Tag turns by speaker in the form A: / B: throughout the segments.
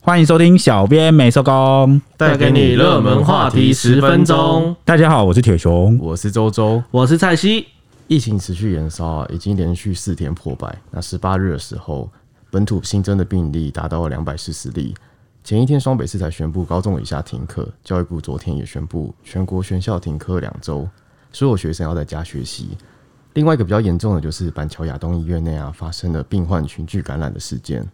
A: 欢迎收听小编没收工。
B: 带给你热门话题十分钟。
A: 大家好，我是铁熊。
B: 我是周周。
C: 我是蔡西，
B: 疫情持续延烧啊，已经连续四天破百。那十八日的时候，本土新增的病例达到了两百四十例。前一天，双北市才宣布高中以下停课，教育部昨天也宣布全国全校停课两周，所有学生要在家学习。另外一个比较严重的就是板桥亚东医院内啊发生了病患群聚感染的事件。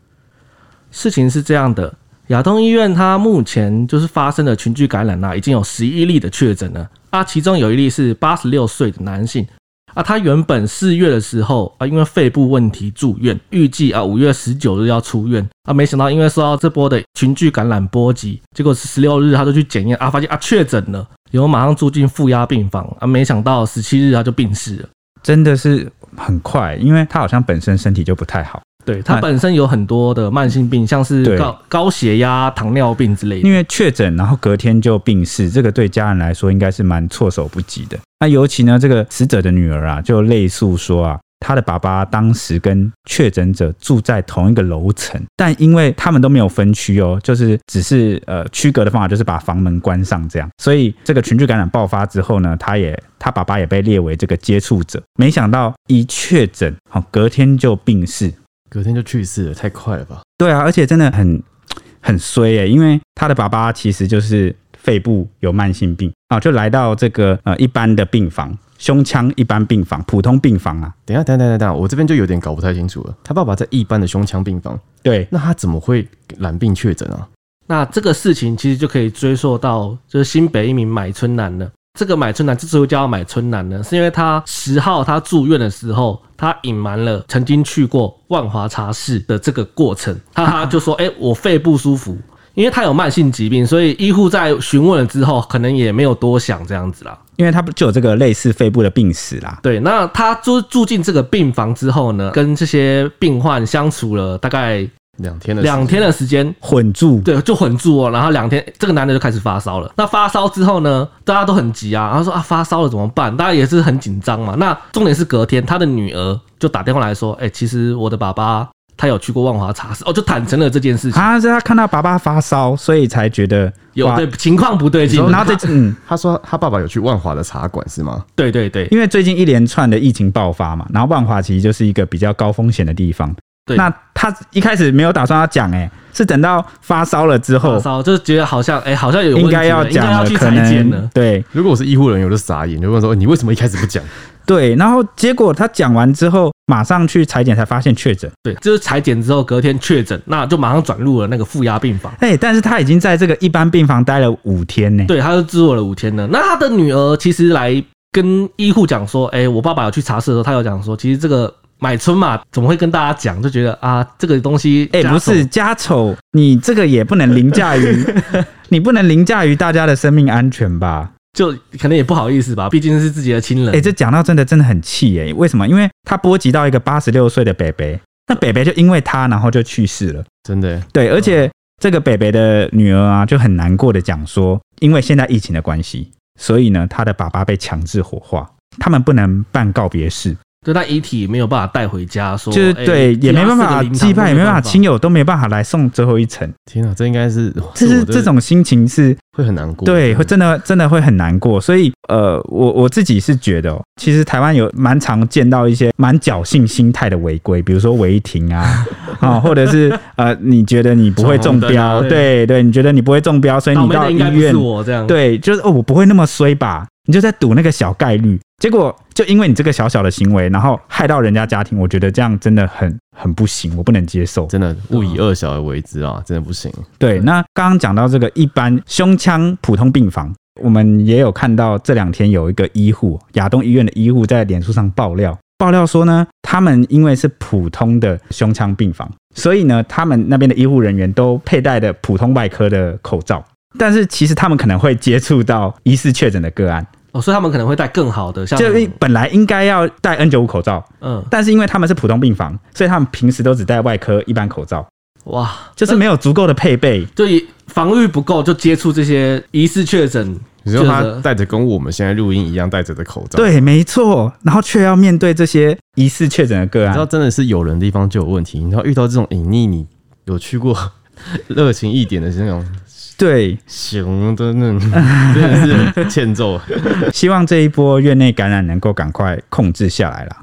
C: 事情是这样的，亚东医院它目前就是发生的群聚感染啦、啊已经有十一例的确诊了啊，其中有一例是八十六岁的男性啊，他原本四月的时候啊，因为肺部问题住院，预计啊五月十九日要出院啊，没想到因为受到这波的群聚感染波及，结果十六日他就去检验啊，发现啊确诊了，然后马上住进负压病房啊，没想到十七日他就病逝了。
A: 真的是很快，因为他好像本身身体就不太好，
C: 对他
A: 那
C: 本身有很多的慢性病，像是
A: 哎对嗯
C: 高高血压、糖尿病之类的。
A: 因为确诊，然后隔天就病逝，这个对家人来说应该是蛮措手不及的。那尤其呢，这个死者的女儿啊，就类诉说啊。她的爸爸当时跟确诊者住在同一个楼层，但因为他们都没有分区哦，就是只是呃区隔的方法就是把房门关上这样，所以这个群聚感染爆发之后呢，他也他爸爸也被列为这个接触者，没想到一确诊，好、隔天就病逝，
B: 隔天就去世了，太快了吧？
A: 对啊，而且真的很很衰耶、因为他的爸爸其实就是肺部有慢性病啊，就来到这个呃一般的病房，胸腔一般病房，普通病房啊。
B: 等一下，等一下，等一下等一下，我这边就有点搞不太清楚了。他爸爸在一般的胸腔病房，
A: 对，
B: 那他怎么会染病确诊啊？
C: 那这个事情其实就可以追溯到就是新北一名买春男了。这个买春男之所以叫他买春男呢，是因为他十号他住院的时候，他隐瞒了曾经去过万华茶室的这个过程。他他就说：“哎、我肺不舒服，因为他有慢性疾病，所以医护在询问了之后，可能也没有多想这样子啦。”
A: 因为他不就有这个类似肺部的病史啦。
C: 对，那他住住进这个病房之后呢，跟这些病患相处了大概
B: 两天的时间
C: 两天的时间，
A: 混住，
C: 对，就混住哦。然后两天，这个男的就开始发烧了。那发烧之后呢，大家都很急啊，然后说啊发烧了怎么办？大家也是很紧张嘛。那重点是隔天，他的女儿就打电话来说，哎、其实我的爸爸他有去过万华茶室，哦，就坦诚了这件事情，
A: 啊，是他看到爸爸发烧，所以才觉得
C: 有
A: 哇
C: 对情况不对劲。
A: 然后这嗯，
B: 他说他爸爸有去万华的茶馆是吗？
C: 对对对，
A: 因为最近一连串的疫情爆发嘛，然后万华其实就是一个比较高风险的地方。
C: 对
A: 那他一开始没有打算要讲，哎，是等到发烧了之
C: 发
A: 后，
C: 烧就是觉得好像哎、好像有问题
A: 哦应该要
C: 了应
A: 讲
C: 该要
A: 了，
C: 去
A: 可
C: 裁剪了
A: 能。对
B: 如果我是医护人员，我就傻眼，就问说、欸你为什么一开始不讲？
A: 对。然后结果他讲完之后，马上去裁剪才发现确诊，
C: 对，就是裁剪之后隔天确诊，那就马上转入了那个负压病房。
A: 哎，但是他已经在这个一般病房待了五天呢。
C: 对，他就自我了五天了。那他的女儿其实来跟医护讲说，哎、我爸爸有去查室的时候，他有讲说，其实这个买春嘛，怎么会跟大家讲？就觉得啊，这个东西，
A: 哎，不是，家丑，你这个也不能凌驾 于，你不能凌驾于大家的生命安全吧？
C: 就可能也不好意思吧，毕竟是自己的亲人。
A: 哎、这讲到真的真的很气哎、为什么？因为他波及到一个八十六岁的北北，那北北就因为他然后就去世了。
B: 真的欸、
A: 对，而且这个北北的女儿啊，就很难过的讲说，因为现在疫情的关系，所以呢，他的爸爸被强制火化，他们不能办告别式，
C: 对，那遗体没有办法带回家，说
A: 就是
C: 哎
A: 对，也没办
C: 要
A: 法
C: 四个灵堂
A: 祭拜，也没办法亲
C: 友。
A: 友都没办法来送最后一程，
B: 天啊，这应该是
A: 这是
B: 我的
A: 这种心情是
B: 会很难过。
C: 嗯
A: 对，会真的真的会很难过。所以，呃，我我自己是觉得、哦，其实台湾有蛮常见到一些蛮侥幸心态的违规，比如说违停啊， 啊、或者是呃，你觉得你不会中
B: 闯红灯
A: 标，
B: 啊
A: 对对，你觉得你不会中标，所以
C: 倒
A: 你
C: 霉
A: 到
C: 的
A: 医
C: 应该不
A: 院
C: 是，我这样。
A: 对，就是哦，我不会那么衰吧？你就在赌那个小概率，结果就因为你这个小小的行为，然后害到人家家庭，我觉得这样真的很很不行，我不能接受。
B: 真的勿以恶小而为之啊，真的不行。
A: 对，那刚刚讲到这个一般胸腔普通病房，我们也有看到这两天有一个医护亚东医院的医护在脸书上爆料，爆料说呢，他们因为是普通的胸腔病房，所以呢，他们那边的医护人员都佩戴的普通外科的口罩。但是其实他们可能会接触到疑似确诊的个案，
C: 哦，所以他们可能会带更好的，像
A: 就本来应该要戴 N 9 5口罩，
C: 嗯，
A: 但是因为他们是普通病房，所以他们平时都只戴外科一般口罩，
C: 哇，
A: 就是没有足够的配备。
C: 就以防御不够，就接触这些疑似确诊，
B: 你说
C: 确
B: 他
C: 诊
B: 戴着跟我们现在录音一样戴着的口罩，，
A: 对，没错。然后却要面对这些疑似确诊的个
B: 你知道
A: 案，
B: 哎真的是有人的地方就有问题。你知道遇到这种隐匿，你有去过 热情一点的那种
A: 对，
B: 熊的那种， 真的是欠揍。
A: 希望这一波院内感染能够赶快控制下来啦。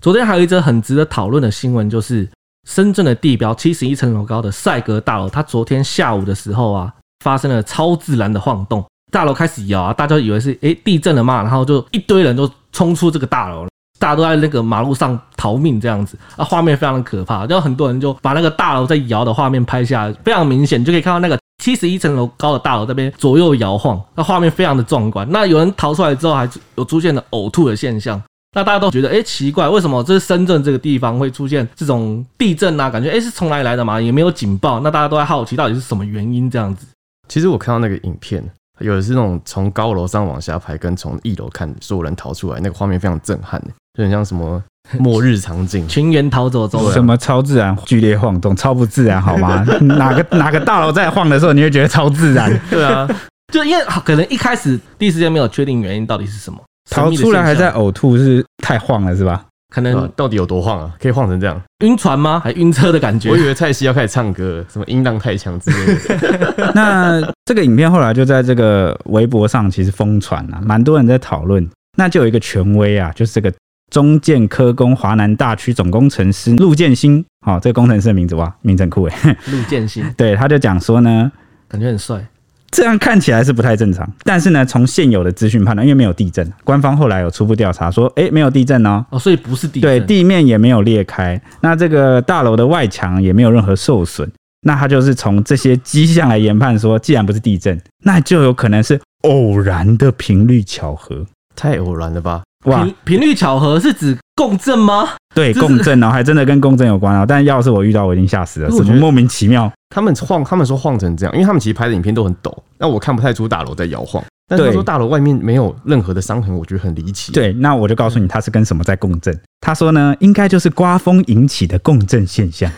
C: 昨天还有一则很值得讨论的新闻，就是深圳的地标七十一层楼高的赛格大楼，它昨天下午的时候啊，发生了超自然的晃动，大楼开始摇啊，大家以为是诶、地震了嘛，然后就一堆人都冲出这个大楼了。大家都在那个马路上逃命这样子啊，画面非常的可怕，然后很多人就把那个大楼在摇的画面拍下来，非常明显，你就可以看到那个七十一层楼高的大楼这边左右摇晃，那画面非常的壮观。那有人逃出来之后，还有出现了呕吐的现象，那大家都觉得，哎、奇怪，为什么这是深圳这个地方会出现这种地震啊？感觉哎、诶是从哪里来的嘛？也没有警报，那大家都在好奇到底是什么原因这样 子。。
B: 其实我看到那个影片，有的是那种从高楼上往下拍，跟从一楼看所有人逃出来，那个画面非常震撼，就很像什 么末日场景
C: 群员逃走中，
A: 什么超自然剧烈晃动，超不自然好吗？哪个哪个大楼在晃的时候，你会觉得超自然，
C: 对啊，就因为可能一开始第一时间没有确定原因到底是什么，神
A: 逃
C: 秘的
A: 出来还
C: 现象
A: 在，呕吐，是太晃了是吧？
C: 可
B: 对吧
C: 能
B: 到底有多晃啊？可以晃成这样？
C: 晕船吗？还晕车的感觉
B: 我。以为蔡西要开始唱歌了，什么音浪太强之类 的。
A: 那这个影片后来就在这个微博上其实疯传了、蛮多人在讨论。那就有一个权威啊，就是这个中建科工华南大区总工程师陆建新，好、这个工程师的名字哇，名字很酷欸诶。
C: 陆建新
A: 对，他就讲说呢，
C: 感觉很帅，
A: 这样看起来是不太正常，但是呢，从现有的资讯判断，因为没有地震，官方后来有初步调查说，诶，没有地震哦，
C: 哦，所以不是地震，
A: 对，地面也没有裂开，那这个大楼的外墙也没有任何受损，那他就是从这些迹象来研判说，既然不是地震，那就有可能是偶然的频率巧合。
B: 太偶然了吧？
A: 哇，
C: 频频率巧合是指共振吗？
A: 对，
C: 这是
A: 共振哦，还真的跟共振有关哦。但要是我遇到，我一定吓死了，
B: 因为
A: 什
B: 我觉
A: 么
B: 得
A: 莫名其妙？
B: 他们晃，他们说晃成这样，因为他们其实拍的影片都很陡，那我看不太出大楼在摇晃。但是他
A: 对
B: 说大楼外面没有任何的伤痕，我觉得很离奇。，
A: 对，那我就告
B: 嗯
A: 诉你，它是跟什么在共振。他说呢，应该就是刮风引起的共振现 象。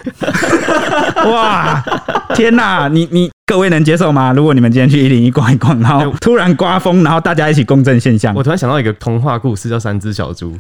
A: 哇，天哪！你你各位能接受吗？如果你们今天去一零一逛一逛，然后突然刮风，然后大家一起共振现象
B: 哎我，突然想到一个童话故事叫《三只小猪》，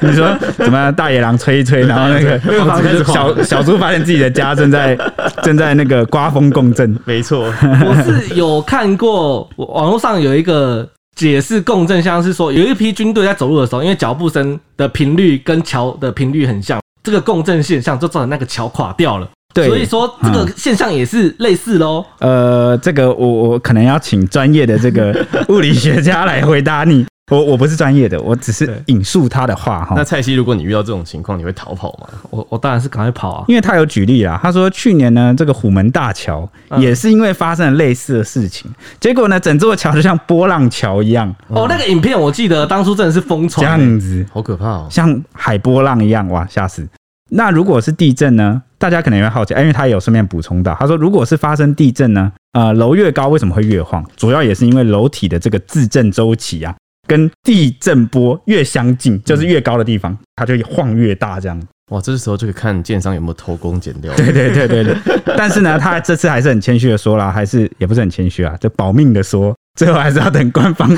A: 你说怎么大野狼吹一吹，然后那个
B: 那个房子就晃
A: 小小猪发现自己的家正 在正在那个刮风共振，
B: 没 错，
C: 我是有看过，我网络上有一个解释共振箱是说，有一批军队在走路的时候，因为脚步声的频率跟桥的频率很像，这个共振现象就造成那个桥垮掉了。
A: 对，
C: 所以说这个现象也是类似喽。
A: 呃，这个我我可能要请专业的这个物理学家来回答你。我我不是专业的，我只是引述他的话哈
B: 那。蔡西，如果你遇到这种情况，你会逃跑吗？
C: 我我当然是赶快跑啊！
A: 因为他有举例啦，他说去年呢，这个虎门大桥
C: 嗯
A: 也是因为发生了类似的事情，结果呢，整座桥就像波浪桥一样，
C: 哦，那个影片我记得当初真的是疯
A: 这
C: 传、欸
A: 样子，
B: 好可怕哦！
A: 像海波浪一样，哇，吓死！那如果是地震呢？大家可能也会好奇，哎因为他也有顺便补充到，他说如果是发生地震呢，呃，楼越高为什么会越晃？主要也是因为楼体的这个自振周期啊，跟地震波越相近，就是越高的地方，它就晃越大这样。
B: 哇，这时候就可以看建商有没有偷工减料。
A: 对对对对对。但是呢，他这次还是很谦虚的说啦，还是也不是很谦虚啊，就保命的说，最后还是要等官方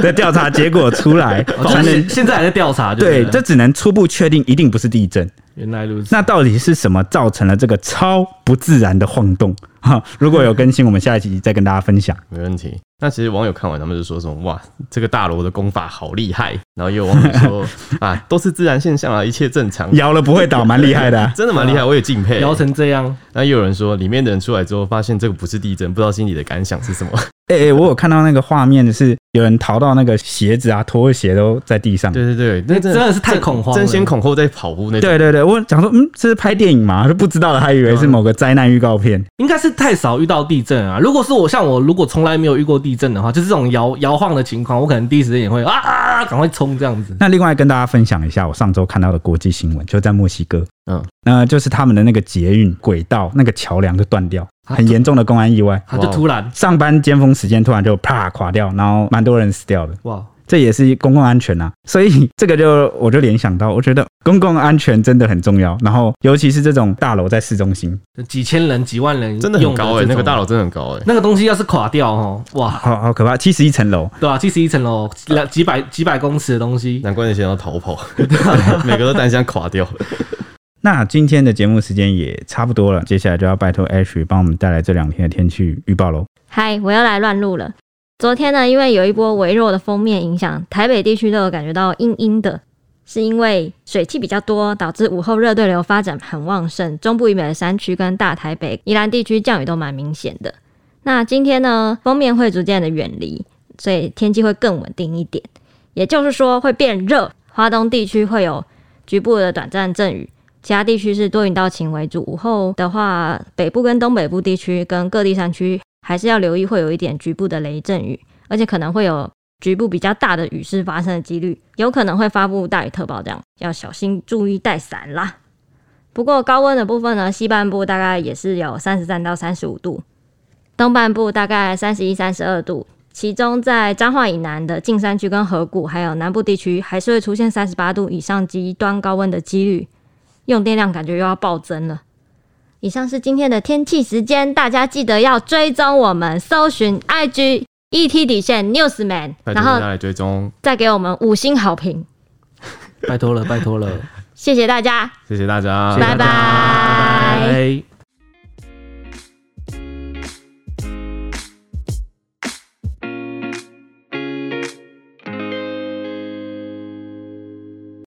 A: 的调查结果出来
C: 哦就
A: 才
C: 是
A: 能
C: 现。现在还在调查，就
A: 对，
C: 是
A: 这只能初步确定，一定不是地震。
C: 原来如此。
A: 那到底是什么造成了这个超不自然的晃动？哈，如果有更新，我们下一集再跟大家分享。
B: 没问题。那其实网友看完，他们就说什么哇，这个大楼的功法好厉害。然后也有网友说啊，都是自然现象啊，一切正常，
A: 摇了不会倒，蛮厉害的 啊、
B: 真的蛮厉害，我也敬佩。
C: 摇成这样，
B: 那也有人说，里面的人出来之后发现这个不是地震，不知道心里的感想是什么。
A: 哎、欸我有看到那个画面，是有人逃到那个鞋子啊、拖鞋都在地上。
B: 对对对，
C: 那
B: 那
C: 真
B: 真的
C: 的是太恐慌了。
B: 争先恐后在跑步那种。
A: 对对对，我想说，嗯，这是拍电影吗？就不知道了，还以为是某个灾难预告片。
C: 应该是太少遇到地震啊。如果是我，像我，如果从来没有遇过地震的话，就是这种摇摇晃的情况，我可能第一时间也会啊啊，啊赶快冲这样子。
A: 那另外跟大家分享一下，我上周看到的国际新闻，就在墨西哥，
B: 嗯，
A: 那就是他们的那个捷运轨道那个桥梁就断掉，
C: 啊
A: 很严重的公安意外。
C: 他就突然
A: 上班尖峰时间突然就啪垮掉，然后蛮多人死掉了，
C: 哇，
A: 这也是公共安全啊。所以这个就我就联想到，我觉得公共安全真的很重要。然后尤其是这种大楼在市中心，
C: 几千人、几万人
B: 真的很高哎、
C: 哎、
B: 那个大楼真的很高哎、
C: 那个东西要是垮掉哦，哇，
A: 好好可怕，七十一层楼。
C: 对吧、啊？七十一层楼，两几百几百公尺的东西，
B: 难怪那些人要逃跑，每个都单枪垮掉。
A: 那今天的节目时间也差不多了，接下来就要拜托 Ash 帮我们带来这两天的天气预报喽。
D: 嗨，我又来乱录了。昨天呢，因为有一波微弱的封面影响，台北地区都有感觉到阴阴的，是因为水汽比较多，导致午后热对流发展很旺盛，中部以北的山区跟大台北、宜兰地区降雨都蛮明显的。那今天呢，封面会逐渐的远离，所以天气会更稳定一点。也就是说，会变热，华东地区会有局部的短暂阵雨，其他地区是多云到晴为主。午后的话，北部跟东北部地区跟各地山区还是要留意会有一点局部的雷阵雨，而且可能会有局部比较大的雨势发生的几率，有可能会发布大雨特报，这样要小心注意带伞啦。不过高温的部分呢，西半部大概也是有三十三到三十五度，东半部大概三十一、三十二度，其中在彰化以南的近山区跟河谷，还有南部地区，还是会出现三十八度以上极端高温的几率，用电量感觉又要暴增了。以上是今天的天气时间，大家记得要追踪我们，搜寻 IG ET 底线 Newsman，
B: 拜托
D: 然
B: 大家
D: 后
B: 来追踪，
D: 再给我们五星好评，
C: 拜托了，拜托了，
D: 谢谢大家，
B: 谢谢大家，
C: 谢谢大家
D: 拜拜
C: 拜拜